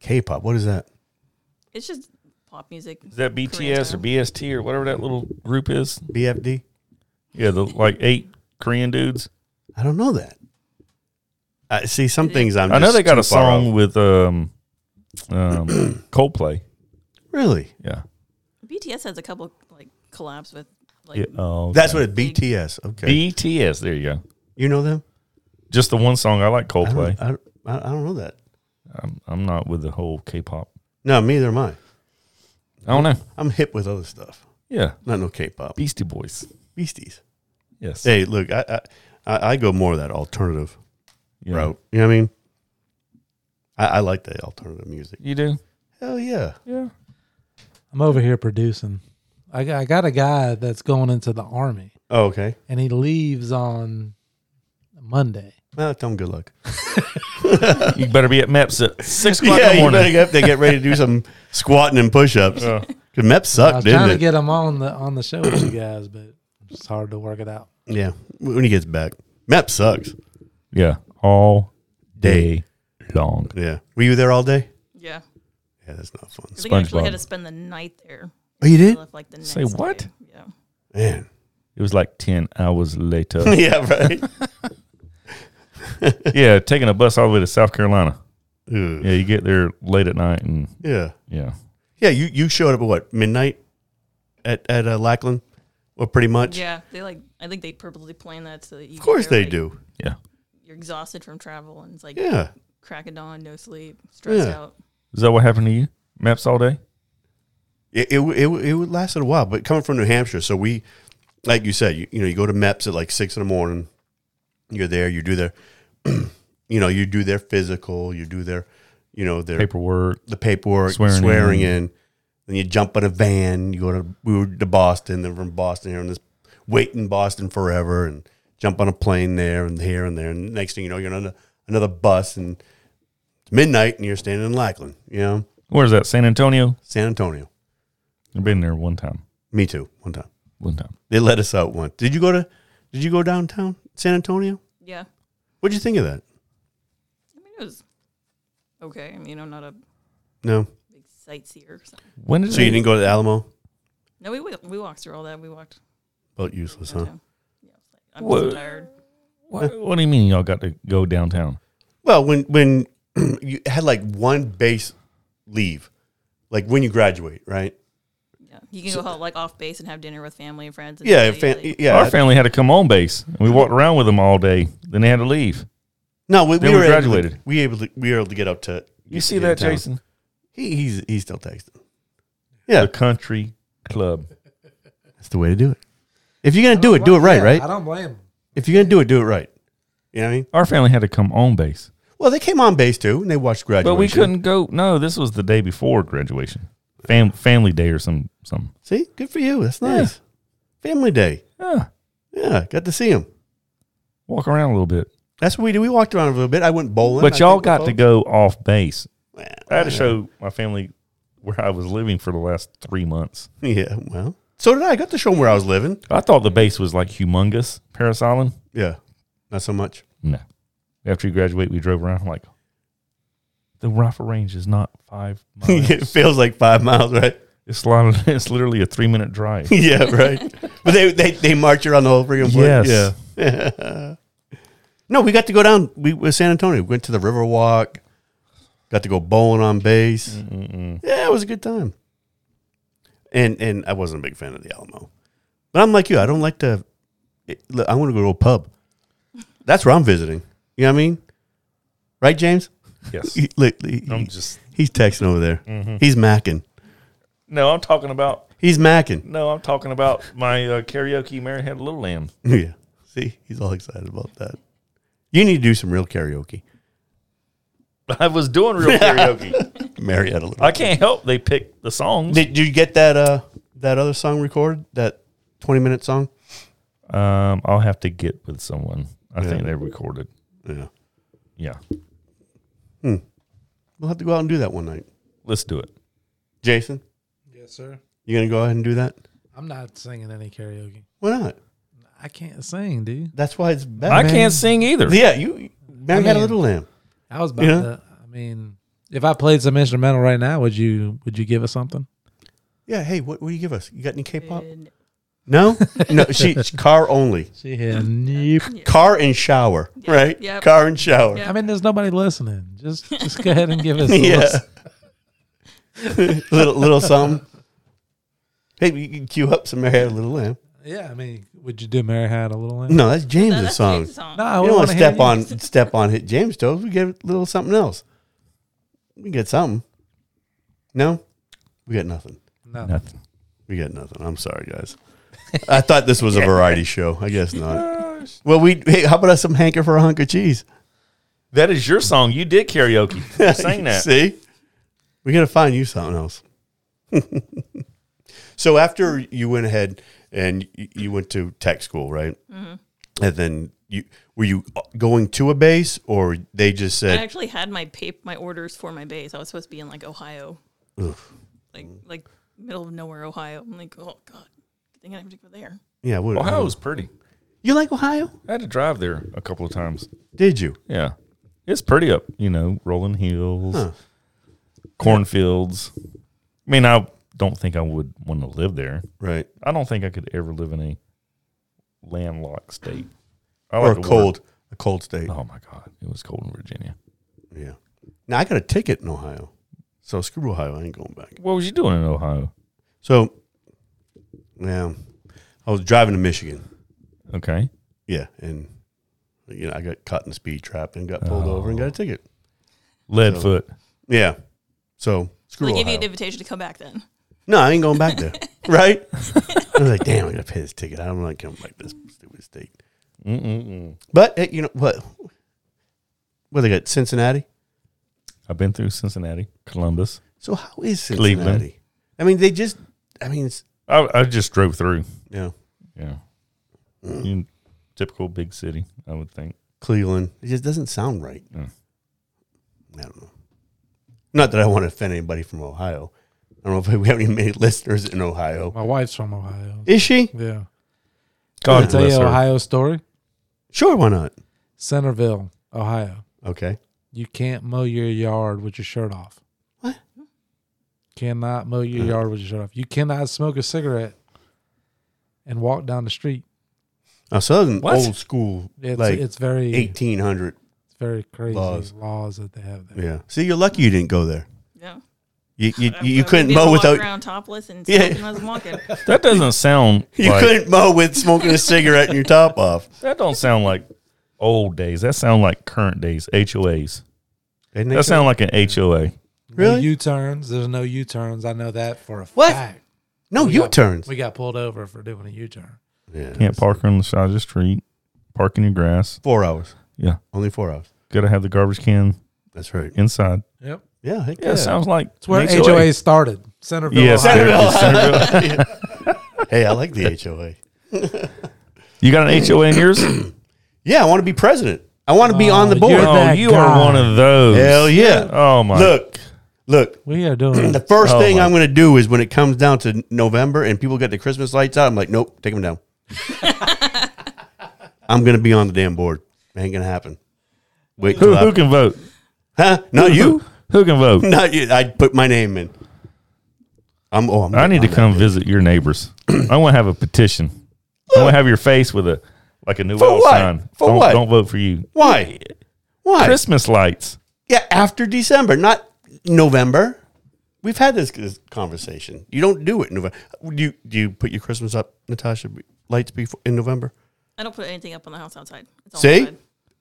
K-pop. What is that? It's just pop music. Is that BTS or style. BST or whatever that little group is? BFD. Yeah, the like eight Korean dudes. I don't know that. I see, some things I'm. I know just they got too a far song out. with um, um Coldplay. Really? Yeah. BTS has a couple like collabs with like yeah. Oh, That's okay. what it, BTS. Okay. BTS. There you go. you know them? Just the one song I like I Coldplay. don't, I, don't, I don't know that. I'm, I'm not with the whole K-pop. No, me neither am I. I don't know. I'm hip with other stuff. Yeah, Not no K-pop. Beastie Boys. Beasties. Yes. Hey, look, I I, I, I go more of that alternative Yeah. route. You know what I mean? I, I like the alternative music. You do? Hell yeah. Yeah. I'm over here producing. I got, I got a guy that's going into the army, Oh, okay. and he leaves on Monday. Well, tell them good luck. You better be at MEPS at six o'clock yeah, in the you morning. better get up there, get ready to do some squatting and push-ups. Yeah. Cause MEP I sucked, was trying didn't to it? get him on the on the show with you guys, but it's hard to work it out. yeah, when he gets back, MEP sucks. yeah, all Day. day long. Yeah, were you there all day? yeah. Yeah, that's not fun. 'Cause I actually SpongeBob. had to spend the night there. Oh, you I did, left like the next Say what? day. Yeah. man. It was like ten hours later. yeah, right. yeah, taking a bus all the way to South Carolina. Ugh. Yeah, you get there late at night, and yeah, yeah, yeah. You you showed up at what midnight at at uh, Lackland, or pretty much. Yeah. They like I think they purposely plan that so that you Of course get there, they like, do. yeah. You're exhausted from travel and it's like Yeah. crack of dawn, no sleep, stressed Yeah. out. Is that what happened to you? MEPS all day. It it, it it lasted a while, but coming from New Hampshire, so we, like you said, you, you know, you go to MEPS at like six in the morning. You're there. You do their, you know, you do their physical. You do their, you know, their Paperwork. the paperwork, Swearing swearing, in. in. Then you jump in a van. You go to we were to Boston. Then from Boston here and this wait in Boston forever, and jump on a plane there and here and there. And next thing you know, you're on a, another bus, and it's midnight, and you're standing in Lackland. You know, Where's that? San Antonio. San Antonio. I've been there one time. Me too. One time One time. they let us out once. Did you go to? Did you go downtown San Antonio? Yeah. What'd you think of that? I mean it was okay. I mean I'm not a No. big sightseer. So. When did So you they- didn't go to the Alamo? No, we wa- we walked through all that. We walked. About useless, huh? downtown. Yeah, I was like, I'm Whoa. so tired. What, what do you mean y'all got to go downtown? Well, when when you had like one base leave, like when you graduate, right? Yeah, you can go go like off base and have dinner with family and friends. And Yeah, e- play, fan, like- yeah. Our family had to come on base, and we walked around with them all day. Then they had to leave. no, we, Then we we were able to- graduated. we able to, we were able to get out to. You see that, downtown. Jason? He, he's he's still texting. Yeah, The country club. that's the way to do it. If you're gonna do it, do it right, right? I don't blame him. If you're gonna do it, do it right. You know what I mean? Our family had to come on base, Well, they came on base too, and they watched graduation. but we couldn't go. No, this was the day before graduation, Fam- family day or some some. See, good for you. That's nice. Family day. Yeah, Yeah, got to see him. walk around a little bit. That's what we did. We walked around a little bit. I went bowling. But I y'all think, got to with go off base. folks. I had to show my family where I was living for the last three months. Yeah, well, so did I. I got to show him where I was living. I thought the base was like humongous, Paris Island. Yeah, not so much. No. After you graduate, we drove around. I'm like, the rifle range is not five miles. it feels like five miles, right? it's, li- it's literally a three minute drive. yeah, right. but they, they they march around the whole freaking place. Yes. Yeah. no, we got to go down. We were San Antonio. We went to the Riverwalk. Got to go bowling on base. Yeah, it was a good time. And and I wasn't a big fan of the Alamo, but I'm like you. I don't like to. It, look, I want to go to a pub. That's where I'm visiting. You know what I mean? Right, James? Yes. He- look, he- I'm just he's texting over there. He's macking. no. I'm talking about He's macking. no. I'm talking about my uh, karaoke. Mary had a little lamb. Yeah. See, he's all excited about that. You need to do some real karaoke. I was doing real karaoke. Marietta. Little. I can't help. They picked the songs. Did you get that uh that other song recorded? That twenty minute song? Um, I'll have to get with someone. I Yeah. think they recorded. Yeah. Yeah. We'll have to go out and do that one night. Let's do it. Jason, Yes, sir. you gonna go ahead and do that? I'm not singing any karaoke. Why not? I can't sing, dude. That's why it's bad. I Man. can't sing either. yeah, you Mary had a mean- little lamb. I was about Yeah. to. I mean, if I played some instrumental right now, would you would you give us something? Yeah, hey, what what do you give us? You got any K pop? And- No? No, she she- car only. She had. Nope. Car and shower. Right? Yep. Car and shower. Yep. I mean, there's nobody listening. Just just go ahead and give us. a Yeah. listen. little little something. Hey, you can cue up some Mary had a little lamb. yeah. I mean, would you do Mary Had a Little Lamb? No, that's James' No, that's song. James' song. No, I you don't want wanna to hear step you. on step on hit James' toes. We get a little something else. We get something. No, we got nothing. No. Nothing. We got nothing. I'm sorry, guys. I thought this was a variety show. I guess not. Well, we hey, how about us some hanker for a hunk of cheese? That is your song. You did karaoke. You sang that. See, we gotta find you something else. so after you went ahead and you, you went to tech school, right? And then you were you going to a base, or they just I said, actually had my pap- my orders for my base. I was supposed to be in like Ohio, like like middle of nowhere Ohio. I'm like, oh god, good thing I didn't have to go there. "Yeah, what, Ohio Oh, was pretty. You like Ohio? I had to drive there a couple of times. Did you? Yeah. It's pretty up, you know, rolling hills, cornfields. I mean, I don't think I would want to live there. Right. I don't think I could ever live in a landlocked state. I Or a to work. cold, a cold state. Oh my god, it was cold in Virginia. Yeah. Now I got a ticket in Ohio, so screw Ohio. I ain't going back. What was you doing in Ohio? So, yeah, I was driving to Michigan. Okay, Yeah, and you know I got caught in a speed trap and got pulled over Oh. and got a ticket. Leadfoot. Yeah. So screw They gave you Ohio. an invitation to come back then. no, I ain't going back there. right. I was like, damn, I gotta pay this ticket. I don't want to come back to this stupid state. Mm-mm-mm. But eh, you know what? What they got? Cincinnati. I've been through Cincinnati, Columbus. So how is Cincinnati? Cleveland. I mean, they just. I mean, it's I, I just drove through. you know mm, Yeah, You- typical big city, I would think. Cleveland. It just doesn't sound right. Mm. I don't know. Not that I want to offend anybody from Ohio. I don't know if we have any many listeners in Ohio. My wife's from Ohio. Is she? Yeah. Can I God tell you bless an her. Ohio story? Sure, why not? Centerville, Ohio. Okay. You can't mow your yard with your shirt off. What? Cannot mow your yard with your shirt off. You cannot smoke a cigarette and walk down the street. Now, Southern What? old school, It's like it's very 1800. it's very crazy laws. laws. that they have there. Yeah. See, you're lucky you didn't go there. Yeah, You you, I- you, I you couldn't didn't mow walk without around topless and Yeah. smoking as I'm walking. That doesn't sound. you like, couldn't mow with smoking a cigarette and your top off. That don't sound like old days. That sound like current days. HOAs. Isn't That sound like an HOA. Really? No U turns. There's no U turns. I know that for a What? fact. no Oh, We got- U turns. We got pulled over for doing a U turn. Yeah. Can't park on the side of the street. Park in your grass. Four hours. Yeah. Only four hours. Gotta have the garbage can That's right. inside. Yep. Yeah. Heck Yeah, it sounds like It's where an HOA. started. Centerville, Yes, Ohio. there is Centerville. hey, I like the HOA. You got an HOA in yours? Yeah, I want to be president. I want to be on the Oh, board. you're oh, that you guy. are one of those. Hell yeah. Oh my. Look, look. We are doing The first Oh, thing my. I'm going to do is when it comes down to November and people get the Christmas lights out, I'm like, nope, take them down. I'm going to be on the damn board. Ain't going to happen. Wait, Who till who after. can vote? huh? Not you? Who can vote? Not you. I put my name in. I'm. Oh, I'm I need to I'm- come visit your neighbors. I want to have a petition. I want to have your face with a like a new wall what? sign. For don't, what? Don't vote for you. Why? Why? Christmas lights. Yeah, after December, not November. We've had this, this conversation. You don't do it in November. Do you, do you put your Christmas up, Natasha, be- lights before in November? I don't put anything up on the house outside. It's all See? Outside.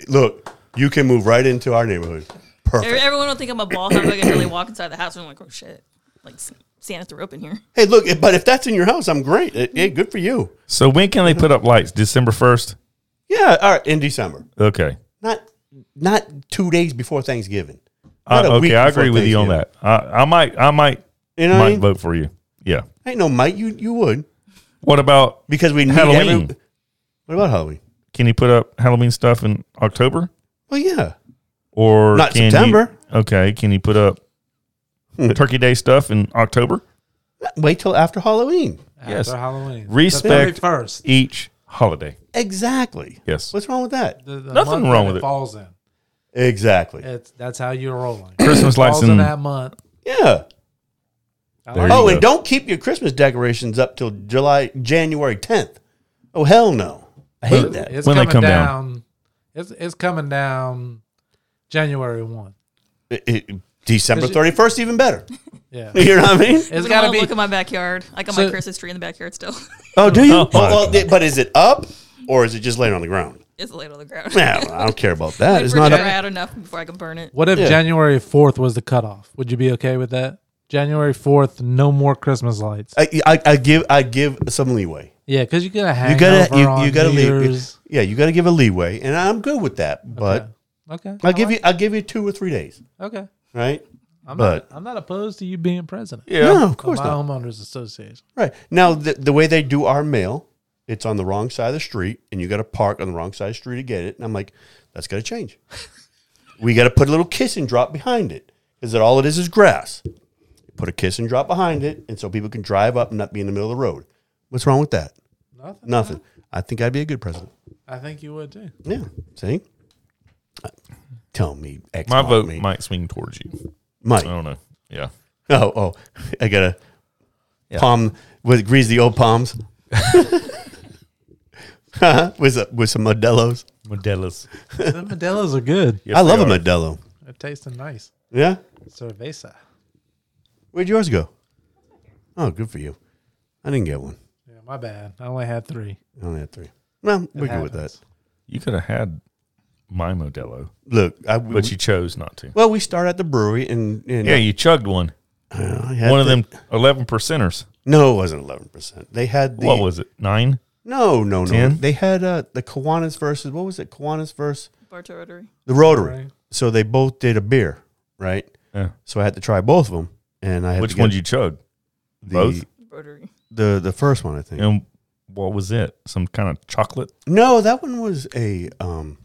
Look, you can move right into our neighborhood. Perfect. Everyone will think I'm a boss. I'm like, I really walk inside the house and I'm like, oh shit. Like, S- Santa threw open here. Hey, look, but if that's in your house, I'm great. Eh, Hey, good for you. So when can they put up lights? December first. Yeah, all right, in December. Okay. Not not two days before Thanksgiving. Uh, Not a week okay, I before agree with you on that. I, I might, I might, You know what I might mean? vote for you. Yeah. Ain't no Mike, you you would. What about Because we need Halloween? every- what about Halloween? can you put up Halloween stuff in October Well, yeah. or Not can you- September. okay, can you put up Hmm. Turkey Day stuff in October? Wait till after Halloween. after Yes. Halloween. Respect- the 31st. Each holiday. Exactly. Yes. What's wrong with that? The, the Nothing month wrong that with it. Falls in. Exactly. It's, that's how you're rolling. Christmas lights falls in in- that month. Yeah. I There like you Oh, and go. don't keep your Christmas decorations up till July January 10th. Oh hell no. I hate Well, that. It's When they coming come down. down, It's it's coming down January one. It- it- December Is it- 31st even better. Yeah, You know what I mean? it's But got I to wanna be. look at my backyard. I got my So- Christmas tree in the backyard still. Oh, do you? Oh, my but is it up or is it just laying on the ground? it's laid on the ground. Yeah, well, I don't care about that. Wait It's for it not to up. dry out enough before I can burn it. What if Yeah. January fourth was the cutoff? Would you be okay with that? January fourth, no more Christmas lights. I, I, I give I give some leeway. Yeah, because you gotta hang. You You gotta you, you gotta New leave. Year's. Yeah, you gotta give a leeway, and I'm good with that. But Okay, Oh, I'll give you I'll give you two or three days, Okay, right? I'm But- not. I'm not opposed to you being president. Yeah. No, of Of course my not. homeowners association. Right now, the, the way they do our mail, it's on the wrong side of the street, and you got to park on the wrong side of the street to get it. And I'm like, that's got to change. we got to put a little kiss and drop behind it, because that all it is is grass. Put a kiss and drop behind it, and so people can drive up and not be in the middle of the road. What's wrong with that? Nothing. Nothing. I think I'd be a good president. I think you would too. Yeah. See. Tell me, X My mark vote me. might swing towards you. Mike. I don't know. Yeah. Oh, oh, I got a palm with grease the old palms with a, with some Modelo's. Modelos. the Modelo's are good. I love a Modelo. They're tasting nice. Yeah, Cerveza. where'd yours go? Oh, good for you. I didn't get one. Yeah, my bad. I only had three. I only had three. Well, we're good with that. happens. You could have had my Modelo, Look, I we, but you chose not to. well, we start at the brewery and, and Yeah, you chugged one. uh, I had one of the- them eleven percenters. No, it wasn't eleven percent. They had the what was it? Nine? no, no, no. Ten? They had uh, the Kiwanis versus what was it? Kiwanis versus Bartow Rotary. the Rotary. Right. So they both did a beer, right? Yeah. So I had to try both of them, and I had Which to one get did you chug? the, both? Rotary. The the first one, I think. And what was it? Some kind of chocolate? No, that one was a um,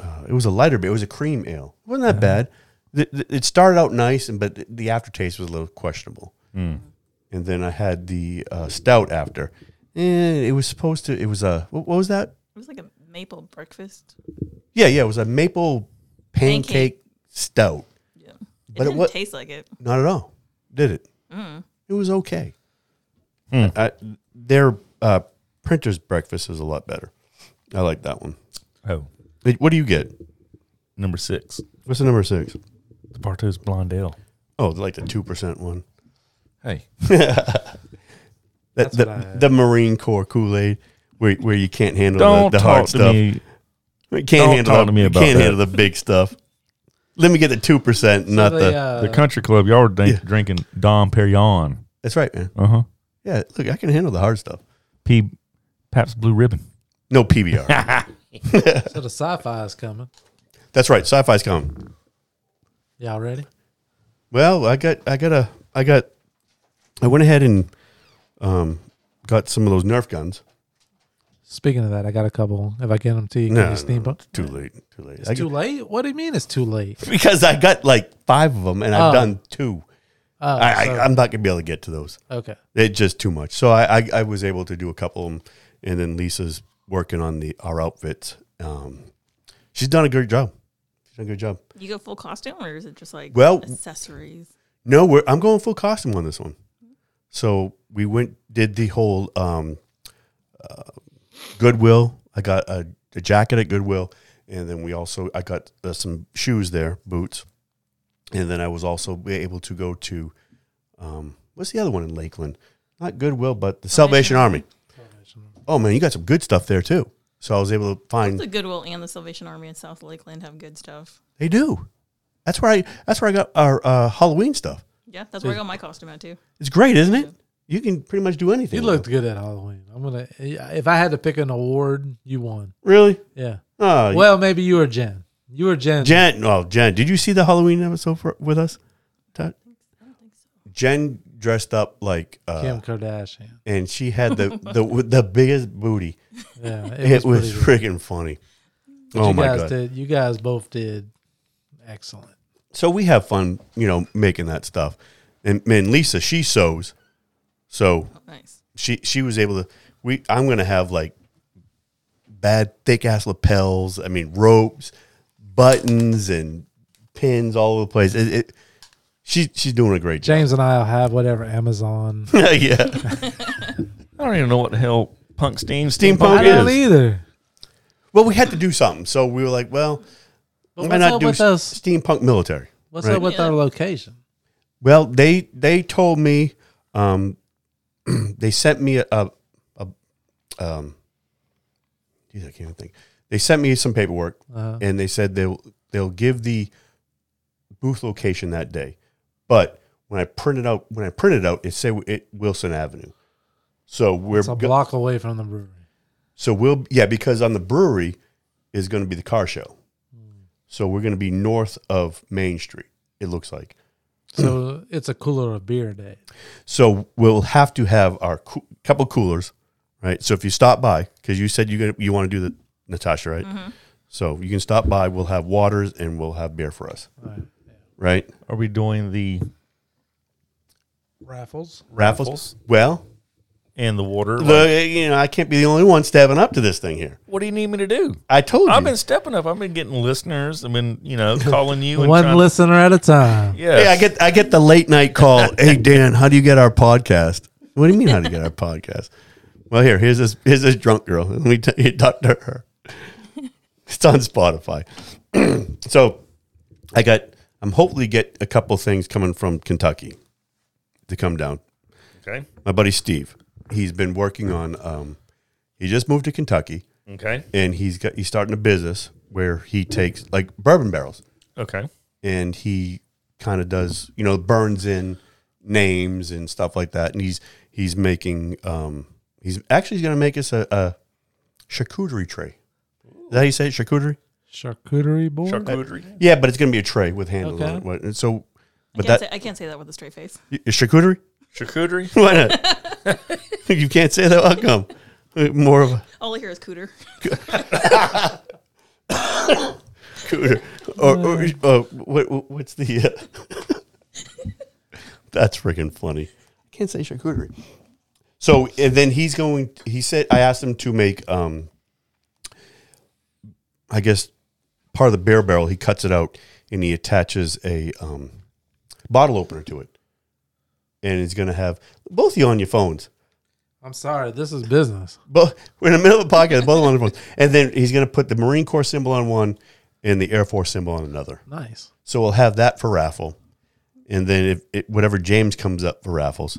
uh, it was a lighter beer. It was a cream ale. It wasn't that Uh-huh. bad. The, the- it started out nice, and but the, the aftertaste was a little questionable. Hmm. And then I had the uh, stout after, and it was supposed to. It was a what, what was that? It was like a maple breakfast. Yeah, yeah, it was a maple pancake, Pancake. stout. Yeah. It it didn't wa- taste like it. Not at all. Did it? Mm. It was okay. Hmm. I, their uh, printer's breakfast is a lot better. I like that one. Oh. Hey, What do you get? Number six. What's the number six? The Bartos Blonde Ale. Oh, like the two percent one. Hey. That, That's what I the, had. the Marine Corps Kool Aid, where where you can't handle Don't the, the talk hard to stuff. me. You can't don't handle talk the, to me you about can't that. handle the big stuff. Let me get the two percent, not the. uh, the country club. Y'all were drink, drinking Dom Perignon. that's right, man. Uh huh. Yeah, look, I can handle the hard stuff. P. Paps Blue Ribbon. No PBR. so the sci-fi is coming. that's right. Sci-fi's coming. Y'all ready? Well, I got I got a I got I went ahead and um got some of those Nerf guns. Speaking of that, I got a couple. If I get them to you, can No, you steam no, up? it's too late. Too late. I It's too late. What do you mean it's too late? because I got like five of them and I've Oh. done two. Oh, I, so- I, I'm not gonna be able to get to those. okay. It's just too much. So I, I, I was able to do a couple of them, and then Lisa's working on the our outfits. Um, she's done a great job. She's done a good job. You go full costume or is it just like Well- accessories? No, we're, I'm going full costume on this one. So we went did the whole um, uh, Goodwill. I got a, a jacket at Goodwill, and then we also I got uh, some shoes there, boots, and then I was also able to go to um, what's the other one in Lakeland? Not Goodwill, but the Salvation Army. Oh man, you got some good stuff there too. So I was able to The find Goodwill and the Salvation Army in South Lakeland have good stuff. they do. That's where I that's where I got our uh, Halloween stuff. Yeah, that's where I got my costume at too. It's great, isn't it? You can pretty much do anything. You with looked good at Halloween. I'm gonna. If I had to pick an award, you won. it. really. Yeah. Oh, Well, maybe you or Jen. You or Jen. Jen. Oh, Jen. Did you see the Halloween episode for, with us? Todd? Jen dressed up like, uh, Kim Kardashian. and she had the the the biggest booty. Yeah. It, was, pretty good. freaking funny. But oh you my guys god! Did, you guys both did excellent. So we have fun, you know, making that stuff. And man, Lisa, she sews, so Oh, nice. she she was able to. We I'm gonna have like bad thick ass lapels. I mean ropes, buttons, and pins all over the place. It, it, she she's doing a great job. James and I'll have whatever Amazon. yeah. I don't even know what the hell punk steam Steampunk Oh, steampunk I is. is. don't either. Well, we had to do something, so we were like, well, But why what's not up do with us? steampunk military? What's right. up with our location? Well, they they told me, um, they sent me a, a, a um, geez, I can't even think. They sent me some paperwork, Uh, and they said they'll they'll give the booth location that day, but when I printed out when I printed out it said it Wilson Avenue, so we're it's a go- block away from the brewery. so we'll yeah because on the brewery is going to be the car show, so we're going to be north of Main Street. It looks like. So it's a cooler of beer day. So we'll have to have our coo- couple coolers, right? So if you stop by, because you said you gonna, you want to do the Natasha, right? So you can stop by. We'll have waters and we'll have beer for us, All right. right? Are we doing the Raffles. Raffles. Raffles. Well, and the water? look, you know I can't be the only one stepping up to this thing here. what do you need me to do? I told you. I've been stepping up. I've been getting listeners. I've been, you know, calling you and One trying- listener at a time. Yes. hey, I get I get the late night call. hey Dan, how do you get our podcast? What do you mean how do you get our podcast? Well, here here's this here's this drunk girl. Let me t- you talk to her. It's on Spotify. so I got I'm hopefully get a couple things coming from Kentucky to come down. Okay. My buddy Steve, he's been working on. Um, he just moved to Kentucky Okay. and he's got he's starting a business where he takes like bourbon barrels Okay. and he kind of does you know burns in names and stuff like that and he's he's making um he's actually going to make us a, a charcuterie tray is that how you say it charcuterie Charcuterie board. Charcuterie. yeah but it's going to be a tray with handles on Okay. it What- and so I but can't, that say, I can't say that with a straight face. y- charcuterie Charcuterie. why not you can't say that how come Uh, more of a All I hear is cooter. cooter or, or uh, what, what- what's the uh, that's freaking funny i can't say charcuterie so and then he's going he said i asked him to make um i guess part of the bear barrel he cuts it out and he attaches a um bottle opener to it and he's going to have both of you on your phones I'm sorry. This is business. both we're in the middle of the podcast both on their phones and then he's going to put the marine corps symbol on one and the air force symbol on another Nice. so we'll have that for raffle, and then if it, whatever James comes up for raffles,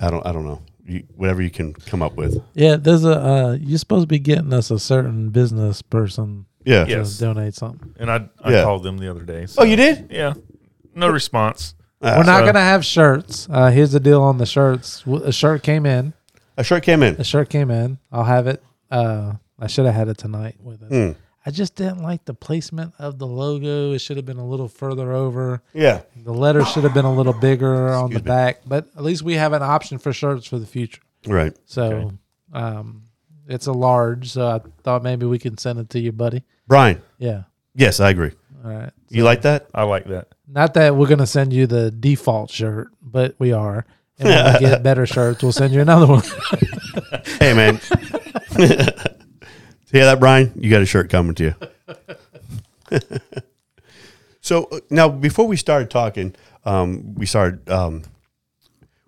I don't I don't know you, whatever you can come up with. Yeah, there's a. Uh, you're supposed to be getting us a certain business person Yeah. Yeah. to Yes. donate something. And I, I Yeah. called them the other day. so- Oh, you did? Ah, Yeah. No response. We're not so- gonna have shirts. Uh, here's the deal on the shirts. W- A shirt came in. A shirt came in. A shirt came in. I'll have it. Uh, I should have had it tonight with it. Mm. I just didn't like the placement of the logo. It should have been a little further over. Yeah. The letter should have been a little bigger on the Excuse me. back. But at least we have an option for shirts for the future. Right. So, um, it's a large. So I thought maybe we can send it to your buddy. Brian. Yeah. Yes, I agree. All right. You like that? I like that. Not that we're gonna send you the default shirt, but we are. And when we get better shirts, we'll send you another one. Hey man. Hear that, Brian? You got a shirt coming to you. so uh, now, before we started talking, um, we started. Um,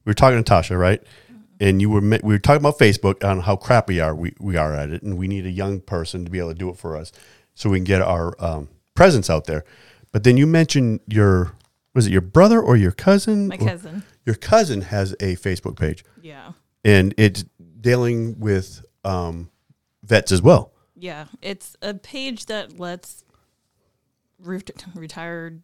we were talking to Tasha, right? And you were ma- we were talking about Facebook on how crap we are we, we are at it, and we need a young person to be able to do it for us, so we can get our um, presence out there. But then you mentioned your was it your brother or your cousin? My Or- cousin. Your cousin has a Facebook page Yeah. and it's dealing with um, vets as well. Yeah. It's a page that lets re- retired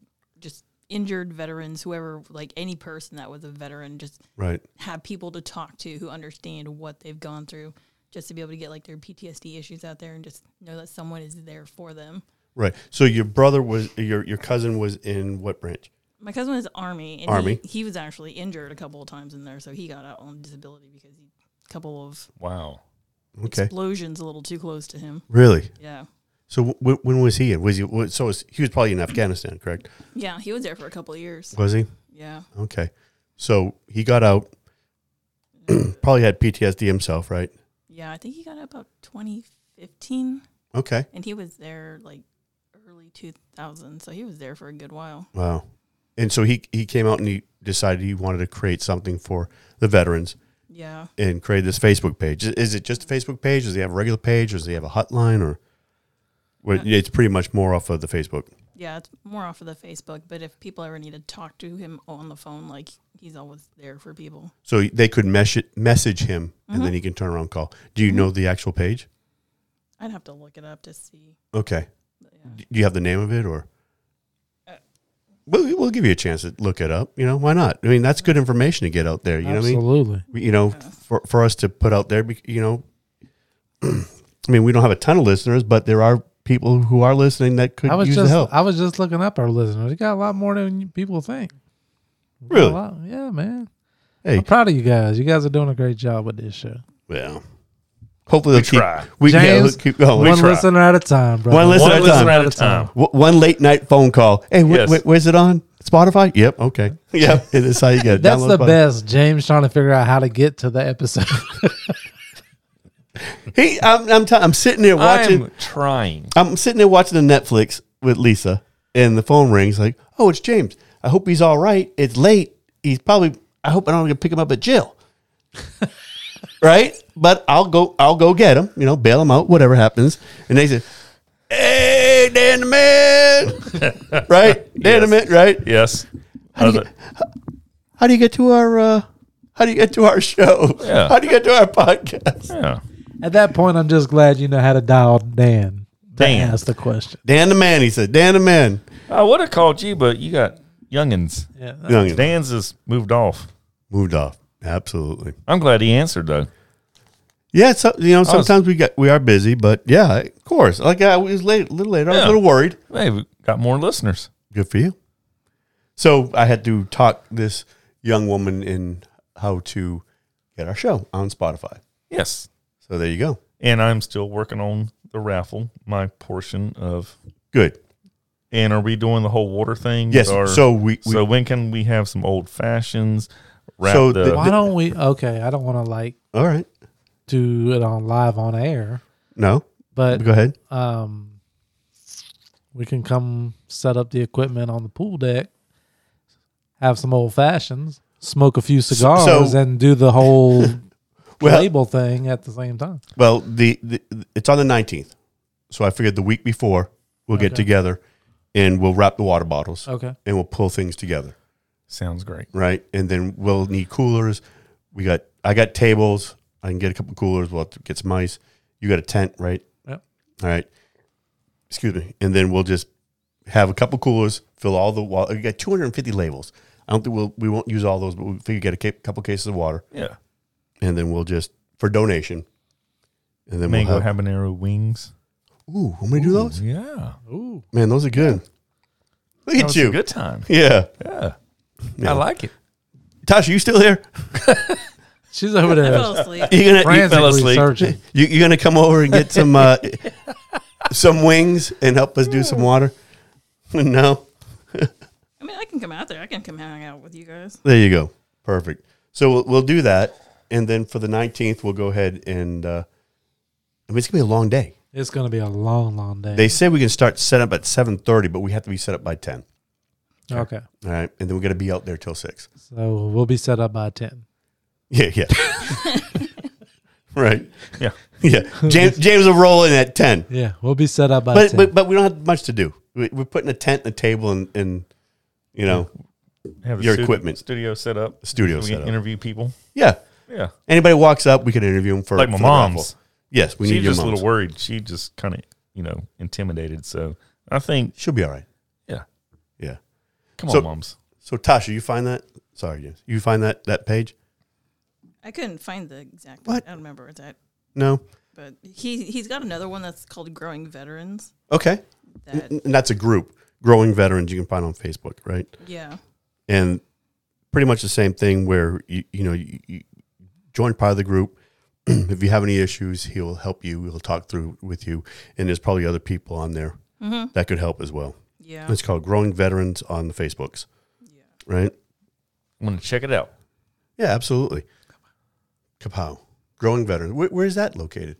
injured veterans, whoever, like any person that was a veteran, just Right. have people to talk to who understand what they've gone through, just to be able to get like their PTSD issues out there and just know that someone is there for them. Right. So your brother was your your cousin was in what branch? My cousin was army, and Army. He, he was actually injured a couple of times in there, so he got out on disability because he a couple of Wow. Okay. explosions a little too close to him. Really? Yeah, So w- when was he in? Was he wa- so was, he was probably in Afghanistan, correct? yeah, he was there for a couple of years. Was he? Yeah, Okay. So he got out probably had PTSD himself, right? yeah, I think he got out about 2015, Okay. and he was there like early 2000, so he was there for a good while. Wow. And so he he came out and he decided he wanted to create something for the veterans Yeah, and create this Facebook page. Is- Is it just a Facebook page? Does he have a regular page? Or does he have a hotline? Or well, Uh-huh. it's pretty much more off of the Facebook. yeah, it's more off of the Facebook, but if people ever need to talk to him on the phone, like he's always there for people. So they could mesh it, message him, and Uh-huh. then he can turn around and call. Do you know the actual page? I'd have to look it up to see. Okay. but yeah. Do you have the name of it, or Uh, we'll, we'll give you a chance to look it up. You know, why not? I mean, that's good information to get out there. You know what Absolutely. I mean? You know, for for us to put out there. bec- You know, I mean, we don't have a ton of listeners, but there are people who are listening that could I was use just the help. I was just looking up our listeners. You got a lot more than you- people think. We got a Really? lot. Yeah, man. hey, I'm proud of you guys. You guys are doing a great job with this show. well, hopefully they'll keep, try. We yeah, James, let's keep going. One try. listener at a time, bro. One listener One at a listener time. at a time. W- one late night phone call. Hey, wh- Yes. wh- where's it on? Spotify? Yep. Okay. Yep. That's how you get it. That's Download the Spotify. best. James trying to figure out how to get to the episode. He, I'm, I'm, t- I'm sitting there watching. I'm trying. I'm sitting there watching the Netflix with Lisa, and the phone rings. Like, oh, it's James. I hope he's all right. It's late. He's probably. I hope I don't have to pick him up at jail. right, but I'll go. I'll go get him. You know, bail him out. Whatever happens. And they said, "Hey, Dan the man." right, Dan the man. Right. Yes. How do, you Other- get, how do you get to our? Uh, how do you get to our show? Yeah. How do you get to our podcast? yeah. at that point, I'm just glad you know how to dial Dan. to Dan. ask the question. Dan the man. He said, "Dan the man." I would have called you, but you got youngins. Yeah. Youngin. Dan's has moved off. moved off. Absolutely. I'm glad he answered though. Yeah, so you Oh. know sometimes we get we are busy, but yeah, of course. Like I was late, a little later. I was a Yeah. little worried. Hey, we got more listeners. Good for you. So I had to talk this young woman in how to get our show on Spotify. Yes. So there you go. And I'm still working on the raffle, my portion of. Good. And are we doing the whole water thing? Yes. with our- so we, we so when can we have some old fashions? Wrap So the, the- Why don't we? Okay, I don't want to like all right. do it on live on air, No, but go ahead. um, we can come set up the equipment on the pool deck, have some old fashions, smoke a few cigars, and do the whole Well- label thing at the same time. Well, the, the it's on the nineteenth, so I figured the week before we'll get Okay. together and we'll wrap the water bottles Uh, Okay. and we'll pull things together. sounds great. right? And then we'll need coolers. We got I got tables. I can get a couple coolers. We'll have to get some ice. You got a tent, right? Yep. All right. Excuse me. And then we'll just have a couple coolers, fill all the water. We got 250 labels. I don't think we'll we won't use all those, but we figure get a ca- couple cases of water, Yeah. and then we'll just for donation. And then Mango we'll have, habanero wings. ooh, want me to do those? Yeah. Ooh. Man, those are good. Look That at was a you. good time. Yeah. Yeah. Yeah. I like it. Tasha, you still here? She's over I there fell asleep. You gonna you- frantically fell asleep. searching. You, you gonna come over and get some uh, some wings and help us do some water? no, I mean, I can come out there. I can come hang out with you guys. there you go, perfect. So we'll, we'll do that, and then for the nineteenth, we'll go ahead and. Uh, I mean, it's gonna be a long day. It's going to be a long, long day. They say we can start set up at seven thirty, but we have to be set up by ten. okay. All right, and then we got to be out there till six. So we'll be set up by 10. Yeah, yeah. right. Yeah. Yeah. James James will roll in at ten. Yeah, we'll be set up by but, 10. but but we don't have much to do. We, we're putting a tent, and a table, and, and you know, Have a Your stu- equipment. studio set up. Studio we set up. interview people. yeah. Yeah. Anybody walks up, we can interview them for Like for my the raffle. mom's. Yes, we She's need your just a mom's. little worried. She just kind of, you know, intimidated. So I think, She'll be all right. yeah, Yeah. Come So- on, moms. So Tasha, you find that? Sorry, yes. You find that that page? I couldn't find the exact. What? I don't remember where it's at. No. But he he's got another one that's called Growing Veterans. Okay. N- That n- And that's a group, growing veterans. You can find on Facebook, right? yeah. and pretty much the same thing where you, you know you, you join part of the group if you have any issues he'll help you he'll talk through with you and there's probably other people on there that could help as well Mm-hmm. Yeah. it's called growing veterans on the facebooks Yeah. right I'm gonna check it out. yeah absolutely kapow growing veterans where, where is that located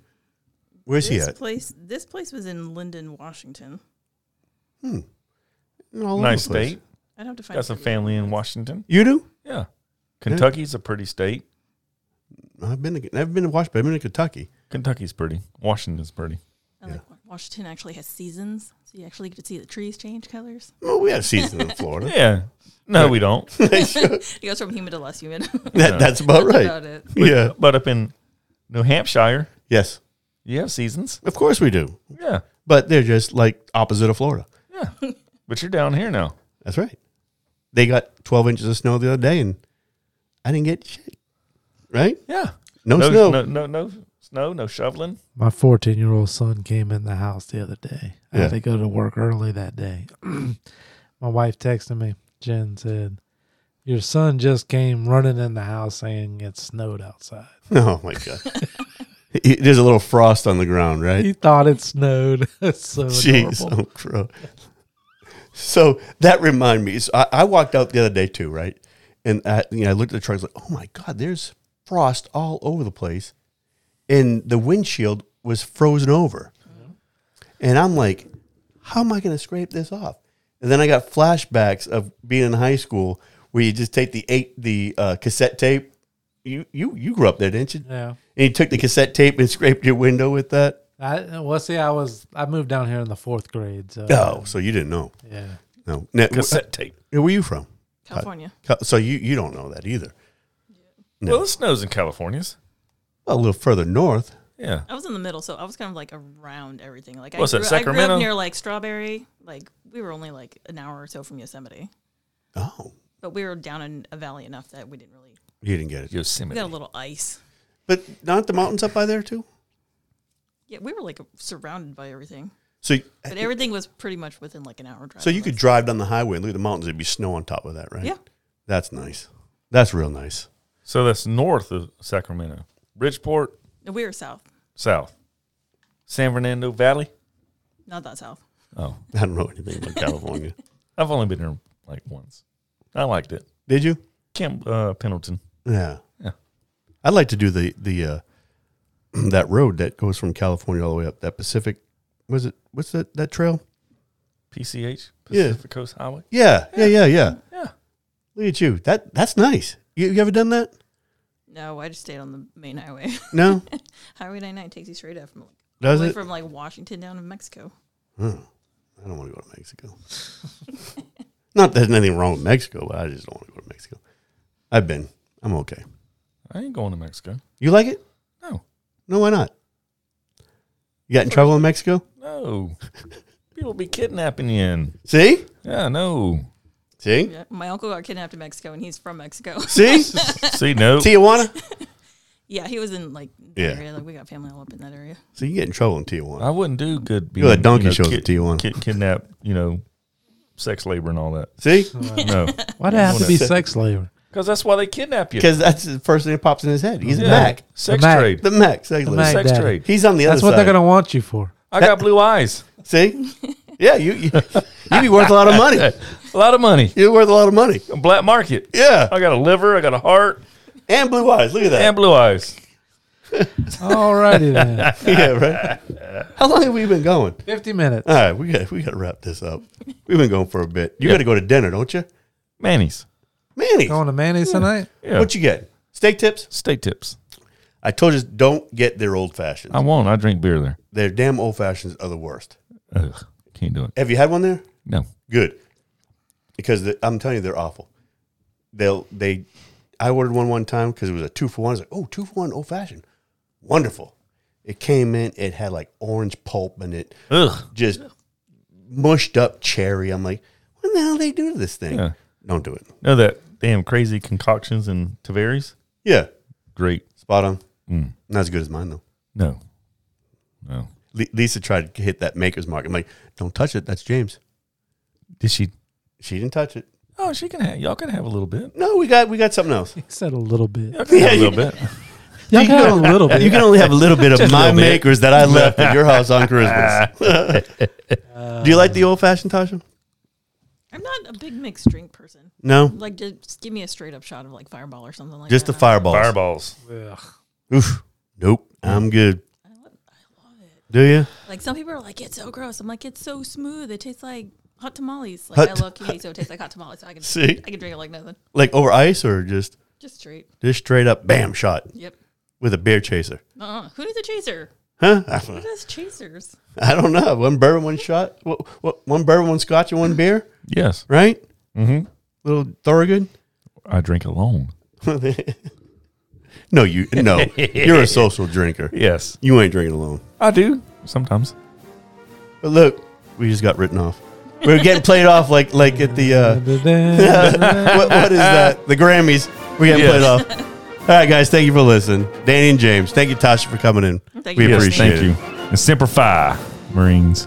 where's he This at place this place was in Linden, Washington. Hmm. All over nice the place. state. I'd have to find Got some it. family in Washington. you do Yeah, Kentucky's a pretty state. i've been to, i've been to washington i've been to kentucky Kentucky's pretty. Washington's pretty. I like Wa- Washington actually has seasons, so you actually get to see the trees change colors. well we have season in florida Yeah. No, we don't. It goes from humid to less humid. that, that's about right About it. yeah But up in New Hampshire, yes you have seasons. of course we do Yeah. but they're just like opposite of Florida. Yeah. but you're down here now. That's right. They got 12 inches of snow the other day, and I didn't get shit. Right? Yeah. No, No, snow. no, no, no snow, no shoveling. My 14 year old son came in the house the other day. I Yeah. had to go to work early that day. My wife texted me. Jen said, Your son just came running in the house saying it snowed outside. Oh my god. It- There's a little frost on the ground, He right? thought it snowed. That's so Jeez, adorable. oh, crow. So that reminded me. So I, I walked out the other day too, right? And I, you know, I looked at the truck. I was like, "Oh my god, there's frost all over the place," and the windshield was frozen over. And I'm like, how am I going to scrape this off? And then I got flashbacks of being in high school where you just take the eight the uh, cassette tape. You you you grew up there, didn't you? Yeah. And you took the cassette tape and scraped your window with that. I, well, see, I was, I moved down here in the fourth grade. So, Oh, so you didn't know? yeah. No. Now, Cassette tape. where were you from? California. Cal- So you you don't know that either. No. Well, it snows in California's. Well, a little further north. Yeah. I was in the middle, so I was kind of like around everything. Like I What's that, grew, I grew Sacramento? up near like Strawberry. Like we were only like an hour or so from Yosemite, Oh, but we were down in a valley enough that we didn't really. you didn't get it. We Yosemite. got a little ice. But not the mountains up by there too. Yeah, we were like surrounded by everything, So but everything was pretty much within like an hour drive. so you of could us. drive down the highway and look at the mountains. There'd be snow on top of that, right? Yeah. That's nice. That's real nice. So that's north of Sacramento. Bridgeport, No, we were south, south. San Fernando Valley. not that south. Oh. I don't know anything about California. I've only been there like once. I liked it. Did you? Camp uh, Pendleton. Yeah. Yeah. I'd like to do the the uh, that road that goes from California all the way up that Pacific. Was it? What's that? That trail? PCH, Yeah. Pacific Coast Highway. Yeah. Yeah. Yeah. Yeah. Yeah. Look at you. That that's nice. You, you ever done that? No, I just stayed on the main highway. No. highway 99 takes you straight up from like all Does the way it? from like Washington down to Mexico. Oh, I don't want to go to Mexico. Not that there's nothing wrong with Mexico, but I just don't want to go to Mexico. I've been. I'm okay. I ain't going to Mexico. You like it? No. No, why not? You got in trouble in Mexico? No. People be kidnapping you. And, See? yeah, no. See? Yeah, my uncle got kidnapped in Mexico, and he's from Mexico. See? See, no. Tijuana? yeah, he was in like that Yeah. area. Like we got family all up in that area. So you get in trouble in Tijuana. Uh, I wouldn't do good. Go to donkey shows in kid- Tijuana. kid- kidnap, you know, sex labor and all that. See? No. Why'd it have to be sex labor? Because that's why they kidnap you. Because that's the first thing that pops in his head. He's a Yeah. Mac. Sex The Mac. trade. The Mac. Sex leader. The Mac. Sex Daddy. trade. He's on the That's other what they're side. going to want you for. I got blue eyes. See? Yeah, you, you, you'd be worth a lot of money. A lot of money. You're worth a lot of money. Black market. Yeah. I got a liver. I got a heart And blue eyes. Look at that. and blue eyes. Alrighty then. yeah, right. How long have we been going? 50 minutes. All right, we got we got to wrap this up. We've been going for a bit. You got to go to dinner, don't you, Manny's. Manny? Going to Manny's tonight? Yeah. What you get? Steak tips? Steak tips. I told you, don't get their old fashions. I won't. I drink beer there. Their damn old fashions are the worst. Ugh, can't do it. Have you had one there? No. Good, because the, I'm telling you, they're awful. They'll they. I ordered one one time because it was a two for one. I was like, oh, two for one old fashioned, wonderful. It came in. It had like orange pulp in it. Ugh. just mushed up cherry. I'm like, what in the hell they do to this thing? Yeah. Don't do it. Know that damn crazy concoctions and Tavares? Yeah. Great. Spot on. Mm. Not as good as mine though. No. No. Li- Lisa tried to hit that maker's mark. I'm like, don't touch it. That's James. Did she? She didn't touch it. Oh, she can have. Y'all can have a little bit. No, we got we got something else. He said a little bit. Y'all can have Yeah, a little bit. Y'all got a little bit. You can only have a little bit of Just a my little bit. makers that I left at your house on Christmas. do you like the old fashioned, Tasha? I'm not a big mixed drink person. No, Like, just give me a straight up shot of like Fireball or something like just the that. fireballs. Fireballs. Ugh. Oof. Nope, I'm good. I love, I love it. Do you? Like some people are like, it's so gross. I'm like, it's so smooth. It tastes like hot tamales. Like Hot I ta- love QVC, so it tastes like hot tamales. So I can See? I can drink it like nothing. Like over ice or just Just straight. just straight up bam shot Yep. with a beer chaser? Uh-uh. Who needs a chaser? Huh? Who does chasers? I don't know. One bourbon, one shot. What, what, one bourbon, one scotch, and one beer. Yes. Right? Mm-hmm. Little Thorogood. I drink alone. no, you no. You're a social drinker. Yes. You ain't drinking alone. I do. Sometimes. But look, we just got written off. We were getting played off like like at the uh, what, what is that? The Grammys. We're getting Yes. played off. All right, guys. Thank you for listening. Danny and James. Thank you, Tasha, for coming in. Thank we you for appreciate Thank it. you. And Semper Fi, Marines.